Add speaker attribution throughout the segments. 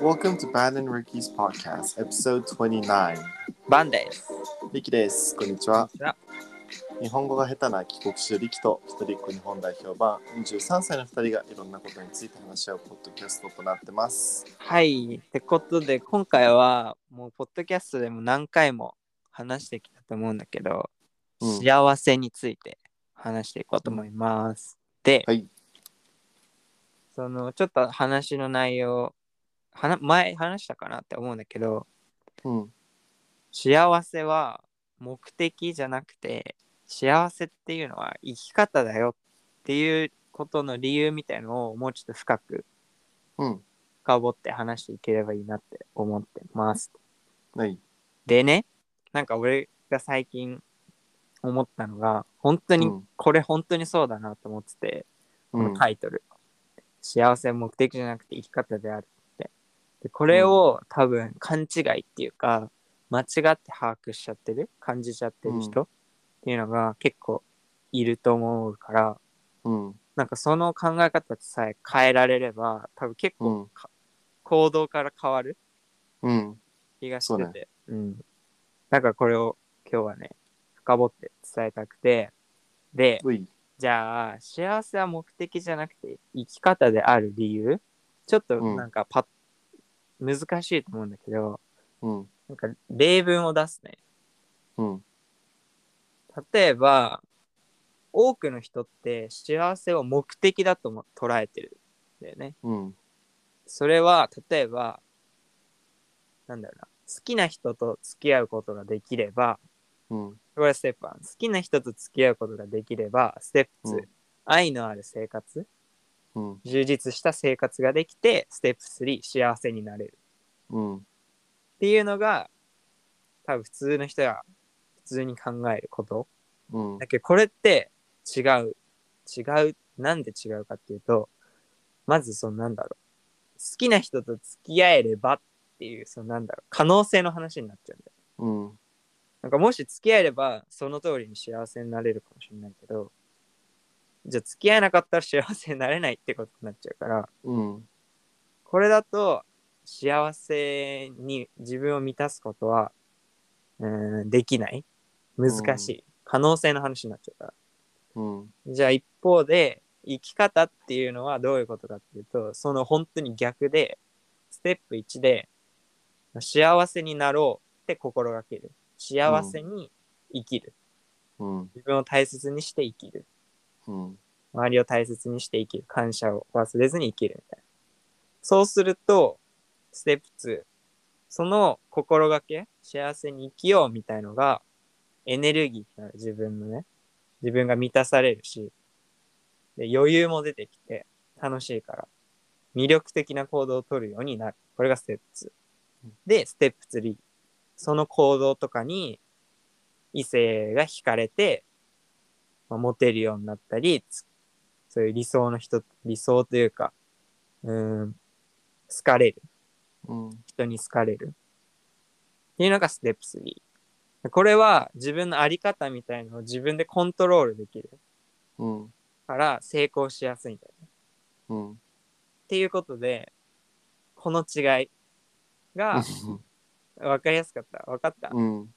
Speaker 1: Welcome to Bad and Ricky's Podcast, Episode 29.
Speaker 2: バンです。
Speaker 1: リキです。こんにちは
Speaker 2: こんにちは。
Speaker 1: 日本語が下手な帰国子女リキと一人っ子日本代表版23歳の2人がいろんなことについて話し合うポッドキャストとなってます。
Speaker 2: はい。ってことで、今回は、もう、ポッドキャストでも何回も話してきたと思うんだけど、
Speaker 1: うん
Speaker 2: 幸せについて話していこうと思います。で、
Speaker 1: はい
Speaker 2: その、ちょっと話の内容、はな前話したかなって思うんだけど、
Speaker 1: うん。
Speaker 2: 幸せは目的じゃなくて、幸せっていうのは生き方だよっていうことの理由みたいのをもうちょっと深く
Speaker 1: うん。
Speaker 2: 深掘って話していければいいなって思ってます。
Speaker 1: はい。
Speaker 2: でね、なんか俺が最近思ったのが、本当に、
Speaker 1: うん
Speaker 2: これ本当にそうだなと思ってて、
Speaker 1: う
Speaker 2: こ
Speaker 1: ん
Speaker 2: の。タイトル。幸せは目的じゃなくて生き方であるって。でこれを多分勘違いっていうか、間違って把握しちゃってる、感じちゃってる人っていうのが結構いると思うから、
Speaker 1: うん。
Speaker 2: なんかその考え方さえ変えられれば、多分結構
Speaker 1: うん。
Speaker 2: 行動から変わる
Speaker 1: うん。
Speaker 2: 気がし
Speaker 1: そう
Speaker 2: て
Speaker 1: ね
Speaker 2: て。うん。なんかこれを今日はね、深掘って伝えたくて。で、
Speaker 1: うい。
Speaker 2: じゃあ、幸せは目的じゃなくて生き方である理由ちょっと
Speaker 1: うん
Speaker 2: なんかパッ、難しいと思うんだけど、
Speaker 1: うん。
Speaker 2: なんか例文を出すね。
Speaker 1: うん。
Speaker 2: 例えば、多くの人って幸せを目的だとも捉えてるんだよね。
Speaker 1: うん。
Speaker 2: それは、例えば、なんだろうな、好きな人と付き合うことができれば、
Speaker 1: うん。
Speaker 2: これはステップ1。好きな人と付き合うことができれば、ステップ2。
Speaker 1: うん
Speaker 2: 愛のある生活、
Speaker 1: うん。
Speaker 2: 充実した生活ができて、ステップ3、幸せになれる。
Speaker 1: うん。
Speaker 2: っていうのが、多分普通の人が普通に考えること。
Speaker 1: うん。
Speaker 2: だけど、これって違う。違う。なんで違うかっていうと、まずそのなんだろう。好きな人と付き合えればっていう、そのなんだろう。可能性の話になっちゃうんだよ。
Speaker 1: うん。
Speaker 2: なんかもし付き合えれば、その通りに幸せになれるかもしれないけど、じゃあ付き合えなかったら幸せになれないってことになっちゃうから、
Speaker 1: うん。
Speaker 2: これだと幸せに自分を満たすことは、うーん、できない。難しい。可能性の話になっちゃうから。
Speaker 1: うん。
Speaker 2: じゃあ一方で、生き方っていうのはどういうことかっていうと、その本当に逆で、ステップ1で、幸せになろうって心がける。幸せに生きる。
Speaker 1: うん。
Speaker 2: 自分を大切にして生きる。
Speaker 1: うん。
Speaker 2: 周りを大切にして生きる。感謝を忘れずに生きるみたいな。そうすると、ステップ2。その心がけ、幸せに生きようみたいのが、エネルギーになる。自分のね。自分が満たされるし、で余裕も出てきて、楽しいから。魅力的な行動を取るようになる。これがステップ2。で、ステップ3。その行動とかに、異性が惹かれて、まあ、モテるようになったり、つそういう理想の人、理想というか、うーん、好かれる。
Speaker 1: うん。
Speaker 2: 人に好かれる。っていうのがステップ3。これは自分のあり方みたいのを自分でコントロールできる
Speaker 1: うん。
Speaker 2: から成功しやすいんだよね。
Speaker 1: うん。
Speaker 2: っていうことで、この違いが分かりやすかった。分かった。
Speaker 1: うん。
Speaker 2: うん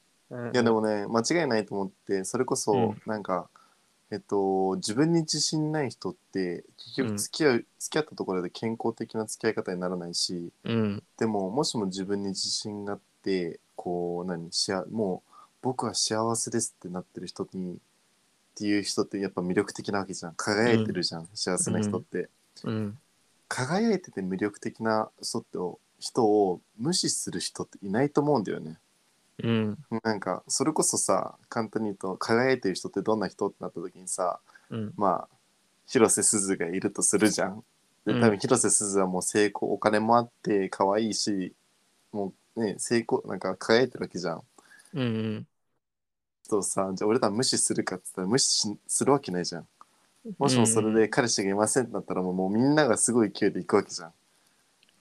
Speaker 1: いやでもね間違いないと思ってそれこ
Speaker 2: う
Speaker 1: そ
Speaker 2: ん
Speaker 1: なんか、えっと自分に自信ない人って結
Speaker 2: うん
Speaker 1: 局付き合う、付き合ったところで健康的な付き合い方にならないし
Speaker 2: うん。
Speaker 1: でももしも自分に自信があってこう何しあもう僕は幸せですってなってる人にっていう人ってやっぱ魅力的なわけじゃん輝いてるじゃん、幸せな人って、
Speaker 2: うん。
Speaker 1: 輝いてて魅力的な人ってを人を無視する人っていないと思うんだよね。
Speaker 2: うん。
Speaker 1: なんかそれこそさ簡単に言うと輝いてる人ってどんな人ってなった時にさ
Speaker 2: うん。
Speaker 1: まあ広瀬すずがいるとするじゃん。で
Speaker 2: うん
Speaker 1: 多分広瀬すずはもう成功お金もあって可愛いしもうね成功なんか輝いてるわけじゃん。
Speaker 2: うん。
Speaker 1: とさじゃあ俺ら無視するかって言ったら無視しするわけないじゃん。もしもそれで彼氏がいませんってなったらもうもうみんながすごい勢いで行くわけじゃん。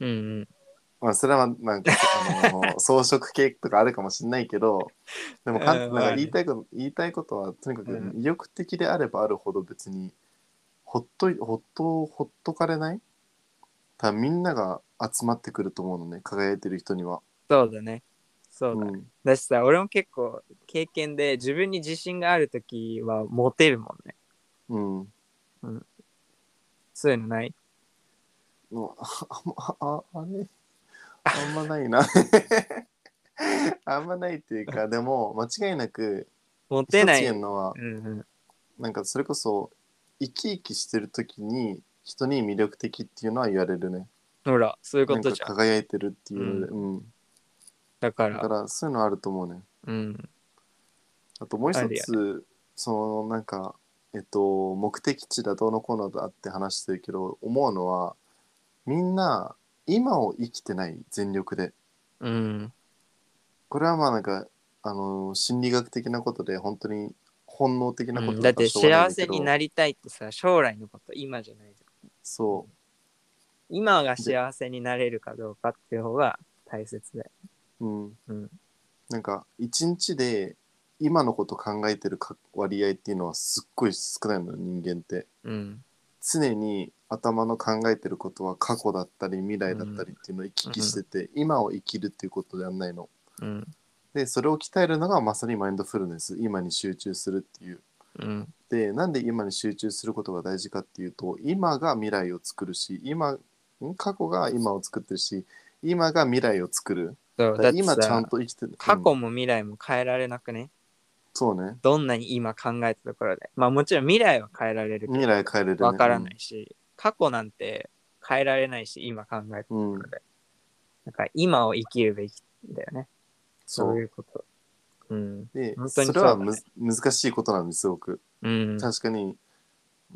Speaker 2: うん。
Speaker 1: まあそれはなんかあの装飾系とかあるかもしれないけど でもかん
Speaker 2: うん
Speaker 1: なんか言いたいこと言いたいことはとにかく
Speaker 2: うん
Speaker 1: 魅力的であればあるほど別にほっといほっとほっとかれない多分みんなが集まってくると思うのね輝いてる人には、
Speaker 2: そうだね。そうだ。
Speaker 1: うん、
Speaker 2: だしさ、俺も結構経験で自分に自信があるときはモテるもんね。
Speaker 1: うん、
Speaker 2: そういうのない
Speaker 1: もうああああれあんまない なあんまないっていうかでも間違いなく
Speaker 2: モ
Speaker 1: 一
Speaker 2: テ
Speaker 1: つ
Speaker 2: ない。
Speaker 1: 言え
Speaker 2: うん
Speaker 1: るのは
Speaker 2: うん。
Speaker 1: なんかそれこそ生き生きしてる時に人に魅力的っていうのは言われるね
Speaker 2: ほら、そういうこ
Speaker 1: なん
Speaker 2: と
Speaker 1: か
Speaker 2: じゃん。
Speaker 1: 輝いてるっていうので、うん
Speaker 2: だか、
Speaker 1: だかららそういうのあると思うね
Speaker 2: うん。
Speaker 1: あともう
Speaker 2: あ
Speaker 1: 一
Speaker 2: る
Speaker 1: つ、そのなんかえっと目的地だどうのこうのだって話してるけど思うのはみんな今を生きてない全力で
Speaker 2: うん。
Speaker 1: これはまあなんかあの心理学的なことで本当に本能的な
Speaker 2: う
Speaker 1: こと
Speaker 2: んだっ
Speaker 1: から
Speaker 2: て
Speaker 1: しょうがない
Speaker 2: 幸
Speaker 1: んだ
Speaker 2: せ
Speaker 1: けど
Speaker 2: になりたいってさ、将来のこと、今じゃないじゃん。
Speaker 1: そ
Speaker 2: 今が幸せになれるかどうかっていう方が大切だよ。
Speaker 1: ううん、
Speaker 2: うん
Speaker 1: なんか一日で今のこと考えてるか割合っていうのはすっごい少ないのよ人間って
Speaker 2: うん。
Speaker 1: 常に頭の考えてることは過去だったり未来だったりっていうのを行き来してて、今を生きるっていうことではないの。
Speaker 2: うん。
Speaker 1: でそれを鍛えるのがまさにマインドフルネス今に集中するっていう。
Speaker 2: うん。
Speaker 1: でなんで今に集中することが大事かっていうと今が未来を作るし今ん過去が今を作ってるし今が未来を作る。
Speaker 2: そう
Speaker 1: だか
Speaker 2: だ
Speaker 1: ら
Speaker 2: って
Speaker 1: 今ちゃん
Speaker 2: さ、
Speaker 1: と生きてる。
Speaker 2: 過
Speaker 1: う
Speaker 2: 去
Speaker 1: ん
Speaker 2: も未来も変えられなくね。
Speaker 1: そうね。
Speaker 2: どんなに今考えたところで。まあもちろん未来は変えられるけど
Speaker 1: 未来変えれる、ね。
Speaker 2: わからないし、過去なんて変えられないし、今考えてる
Speaker 1: うん。う
Speaker 2: の
Speaker 1: ん、
Speaker 2: で。なんか今を生きるべきだよね。
Speaker 1: そ
Speaker 2: そう
Speaker 1: う。
Speaker 2: いうこと。うん。
Speaker 1: で
Speaker 2: 本当に
Speaker 1: そ
Speaker 2: そう
Speaker 1: れ
Speaker 2: だね
Speaker 1: はむず難しいことなんですすごく。
Speaker 2: うん。
Speaker 1: 確かに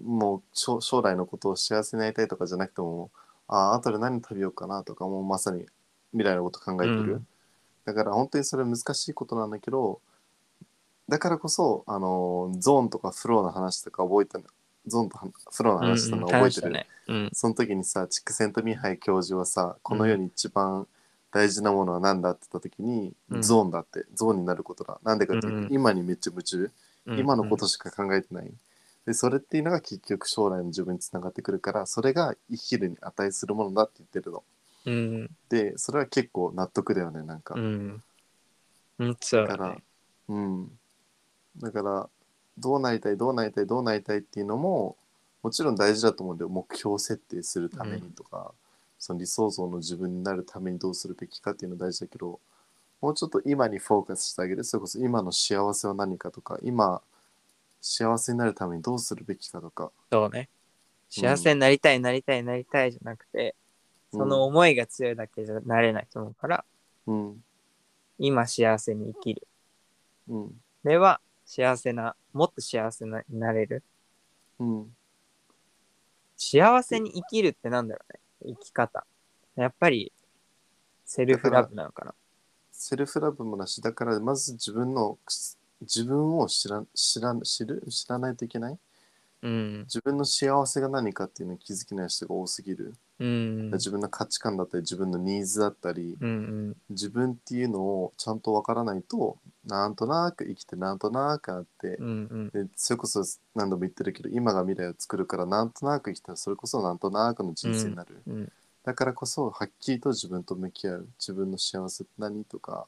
Speaker 1: もう将将来のことを幸せになりたいとかじゃなくてもああとで何食べようかなとかもうまさに未来のこと考えてる、
Speaker 2: うん
Speaker 1: だから本当にそれ難しいことなんだけどだからこそあのーゾーンとかフローの話とか覚えてゾーンとはフローの話したの覚えてる、
Speaker 2: うんうん。
Speaker 1: その時にさチックセントミンハイ教授はさこの世に一番大事なものは何だって言った時に、
Speaker 2: うん
Speaker 1: ゾーンだってゾーンになることだなんでかっていうと、
Speaker 2: うんうん
Speaker 1: 今にめっちゃ夢中、
Speaker 2: うん
Speaker 1: 今のことしか考えてない。で、それっていうのが結局将来の自分につながってくるから、それが生きるに値するものだって言ってるの。
Speaker 2: うん。
Speaker 1: で、それは結構納得だよね、なんか。
Speaker 2: うん。うん。そう
Speaker 1: だか
Speaker 2: だ
Speaker 1: ら
Speaker 2: ね。、
Speaker 1: うん。だから、どうなりたい、どうなりたい、どうなりたいっていうのも、もちろん大事だと思うんだよ。目標設定するためにとか、その理想像の自分になるためにどうするべきかっていうの大事だけど、もうちょっと今にフォーカスしてあげる。それこそ今の幸せは何かとか、今、幸せになるためにどうするべきかとか、
Speaker 2: そうね。幸せになりたい、なりたい、なりたいじゃなくて、
Speaker 1: うん
Speaker 2: その思いが強いだけじゃなれないと思うから、
Speaker 1: うん、
Speaker 2: 今幸せに生きる。
Speaker 1: うん、
Speaker 2: それは幸せな、もっと幸せなになれる。
Speaker 1: うん、
Speaker 2: 幸せに生きるってなんだろうね。生き方。やっぱり、セルフラブなのかな。
Speaker 1: セルフラブもなしだからまず自分の自分を知ら知ら知る知らないといけない
Speaker 2: うん。
Speaker 1: 自分の幸せが何かっていうのに気づけない人が多すぎる、
Speaker 2: うん。
Speaker 1: 自分の価値観だったり自分のニーズだったり
Speaker 2: うんうん。
Speaker 1: 自分っていうのをちゃんとわからないとなんとなく生きてなんとなくあって
Speaker 2: う、んうん。
Speaker 1: でそれこそ何度も言ってるけど今が未来を作るからなんとなく生きたらそれこそなんとなくの人生になる、
Speaker 2: うん
Speaker 1: だからこそはっきりと自分と向き合う自分の幸せって何とか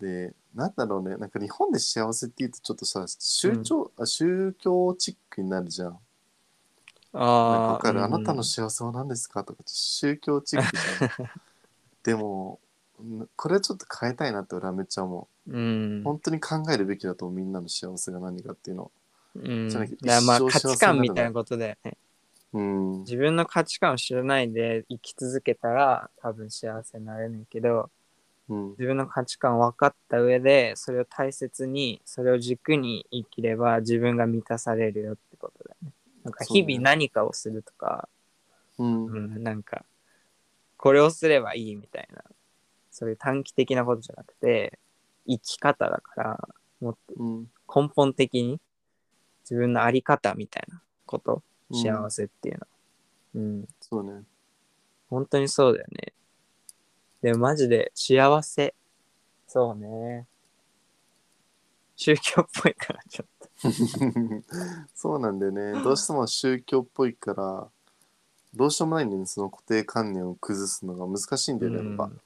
Speaker 1: でなんだろうねなんか日本で幸せって言うとちょっとさ宗教、あ宗教チックになるじゃんなんか
Speaker 2: ああ。
Speaker 1: わかる、
Speaker 2: うん
Speaker 1: あなたの幸せは何ですかとか宗教チックじゃん でもんこれはちょっと変えたいなって俺はめっちゃ思
Speaker 2: うん
Speaker 1: う。本当に考えるべきだと思うみんなの幸せが何かっていうの
Speaker 2: うん。
Speaker 1: じゃな
Speaker 2: だ
Speaker 1: く
Speaker 2: か
Speaker 1: て
Speaker 2: らまあ
Speaker 1: 一生
Speaker 2: 価
Speaker 1: 幸
Speaker 2: 値
Speaker 1: せになる
Speaker 2: 観みたいなことだよね。
Speaker 1: うん
Speaker 2: 自分の価値観を知らないで生き続けたら多分幸せになれないけど、
Speaker 1: うん
Speaker 2: 自分の価値観を分かった上で、それを大切に、それを軸に生きれば自分が満たされるよってことだよね。なんか日
Speaker 1: そうね
Speaker 2: 々何かをするとか、
Speaker 1: うん
Speaker 2: うん、なんか、これをすればいいみたいな、そういう短期的なことじゃなくて、生き方だから、もっと
Speaker 1: うん
Speaker 2: 根本的に自分のあり方みたいなこと、
Speaker 1: うん
Speaker 2: 幸せっていうのは。うん、
Speaker 1: そうね
Speaker 2: 本当にそうだよね。でもマジで幸せ。そうね。宗教っぽいからちょっと。
Speaker 1: そうなんだよねどうしても宗教っぽいからどうしようもないんだよねその固定観念を崩すのが難しいんだよね、やっぱ
Speaker 2: うん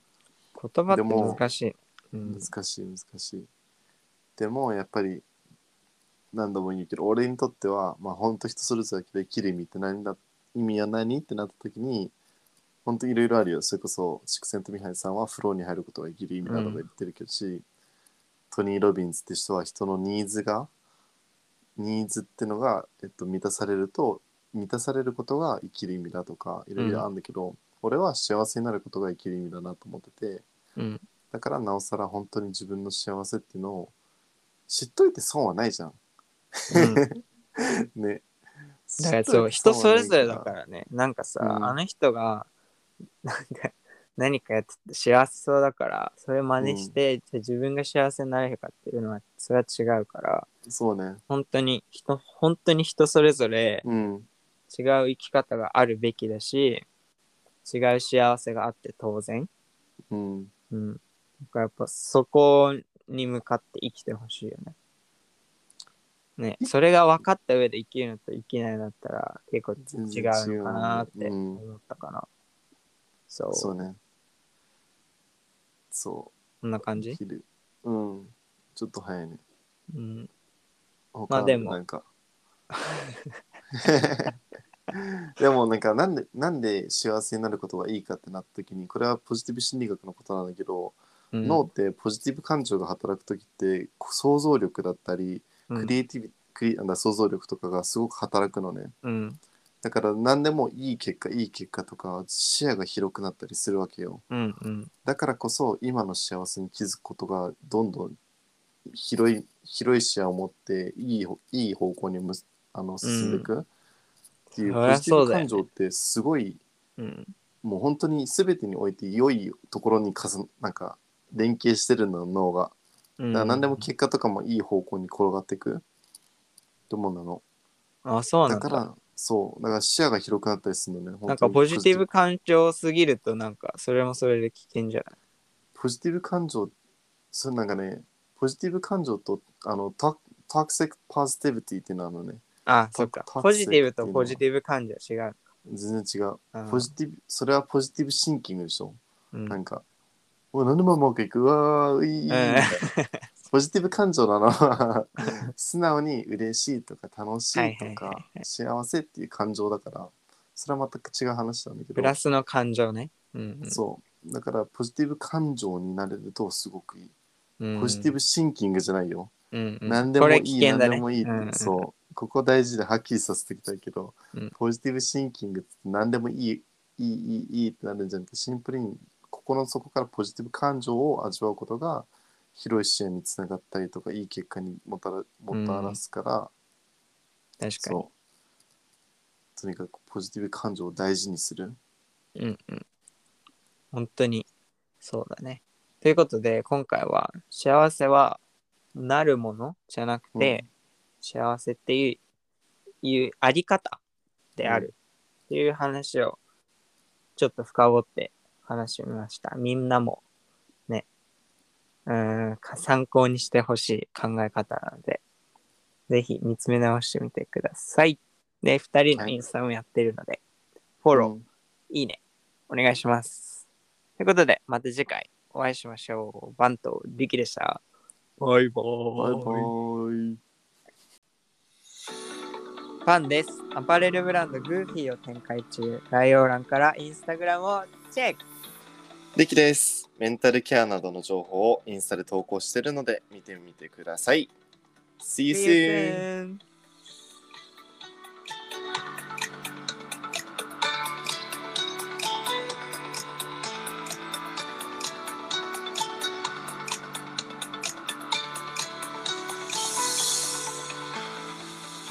Speaker 2: 言葉って難しい。うん
Speaker 1: 難しい難しいでもやっぱり何度も言うけど俺にとってはまあ本当人それぞれだけど生きる意味って何だ意味は何ってなった時に本当いろいろあるよそれこそシクセント・ミハイさんはフローに入ることが生きる意味などが言ってるけどし、トニー・ロビンズって人は人のニーズがニーズってのが、えっと、満たされると満たされることが生きる意味だとかいろいろあるんだけど、俺は幸せになることが生きる意味だなと思ってて、
Speaker 2: うん
Speaker 1: だからなおさら本当に自分の幸せっていうのを知っといて損はないじゃん。
Speaker 2: うん
Speaker 1: ね。。
Speaker 2: だからそう人それぞれだかららねなんかさ、
Speaker 1: うん
Speaker 2: あの人がなんか何かやってて幸せそうだからそれ真似して、じゃあ自分が幸せになれるかっていうのはそれは違うから
Speaker 1: そうね。
Speaker 2: 本当に人本当に人それぞれ
Speaker 1: うん。
Speaker 2: 違う生き方があるべきだし違う幸せがあって当然、
Speaker 1: うん。
Speaker 2: うん、だからやっぱそこに向かって生きてほしいよね。ね、それが分かった上で生きるのと生きないのだったら結構
Speaker 1: 全
Speaker 2: 違
Speaker 1: 然
Speaker 2: うのかなっ
Speaker 1: 違
Speaker 2: て
Speaker 1: ううん
Speaker 2: 思ったかな。そう。
Speaker 1: そ
Speaker 2: そう
Speaker 1: ね。そ
Speaker 2: んな感
Speaker 1: う。
Speaker 2: じ、
Speaker 1: 昼。うん。ちょっと早いね。
Speaker 2: うん、
Speaker 1: 他
Speaker 2: まあでも
Speaker 1: なんか。 でもなんかなんでなんで幸せになることがいいかってなった時にこれはポジティブ心理学のことなんだけど、
Speaker 2: うん
Speaker 1: 脳ってポジティブ感情が働く時ってこう想像力だったりクリエイティビ、クリなんだ想像力とかがすごく働くのね
Speaker 2: うん。
Speaker 1: だから何でもいい結果いい結果とか視野が広くなったりするわけよ
Speaker 2: うん。うん。
Speaker 1: だからこそ今の幸せに気づくことがどんどん広い広い視野を持っていいほいい方向にむすあの進んでいく、っていう
Speaker 2: そ
Speaker 1: ポ
Speaker 2: りゃ
Speaker 1: ジティ
Speaker 2: そう
Speaker 1: ブ
Speaker 2: だよ
Speaker 1: 感
Speaker 2: ね
Speaker 1: 情ってすごい
Speaker 2: うん。
Speaker 1: もう本当に全てにおいて良いところにかずなんか連携してるの脳が
Speaker 2: うん。
Speaker 1: だから何でも結果とかもいい方向に転がっていくと思うなの。
Speaker 2: あ、そう
Speaker 1: だ
Speaker 2: なん
Speaker 1: か
Speaker 2: だ。
Speaker 1: ら、そう、だから視野が広くなったりするのね。
Speaker 2: なん
Speaker 1: 本当
Speaker 2: か
Speaker 1: に
Speaker 2: ポジティブ感情すぎるとなんかそれもそれで危険じゃない
Speaker 1: ポジティブ感情、そうなんかね、ポジティブ感情と、あの、トトクシックポジティビティっていうのはあのね、
Speaker 2: あ、そっか。
Speaker 1: ト
Speaker 2: ポジティブとポジティブ感情は違う。
Speaker 1: 全然違う。
Speaker 2: あー
Speaker 1: ポジティブ、それはポジティブシンキングでしょ。
Speaker 2: うん
Speaker 1: なんか、おい、何でもうまくいく、うわー、いい、いいみたいな ポジティブ感情なの は素直に嬉しいとか楽しいと
Speaker 2: はいはい
Speaker 1: か幸せっていう感情だからそれは全く違う話なんだけど
Speaker 2: プラスの感情ね。うんうん、
Speaker 1: そうだからポジティブ感情になれるとすごくいい
Speaker 2: うん
Speaker 1: ポジティブ、シンキングじゃないよ、
Speaker 2: うんうん、
Speaker 1: 何でもい
Speaker 2: これ
Speaker 1: い、
Speaker 2: 危険だ
Speaker 1: 何
Speaker 2: ね
Speaker 1: でもいいって、
Speaker 2: うんうん、
Speaker 1: そうここ大事ではっきりさせていきたいけど、
Speaker 2: うん
Speaker 1: ポジティブシンキングって何でもいいいいいいいいってなるんじゃなくてシンプルに心の底からポジティブ感情を味わうことが広い視野につながったりとかいい結果にもたらもたらすから、
Speaker 2: 確かに。
Speaker 1: そうとにかくポジティブ感情を大事にする
Speaker 2: うんうん。本当に、そうだね。ということで、今回は、幸せは、なるものじゃなくて、幸せっていう、いうあり方であるっていう話を、ちょっと深掘って話してみました。みんなも、ね、うーん、か参考にしてほしい考え方なので、ぜひ見つめ直してみてください。で、二人のインスタもやってるので、フォロー、
Speaker 1: うん
Speaker 2: いいね。お願いします。ということで、また次回お会いしましょう。バンとリキでした。バイバ
Speaker 1: バイバ
Speaker 2: ー
Speaker 1: ーイ
Speaker 2: パンです。アパレルブランドグーフィーを展開中。概要欄からインスタグラムをチェック
Speaker 1: リキですメンタルケアなどの情報をインスタで投稿しているので見てみてください See you soon!
Speaker 2: See you soon.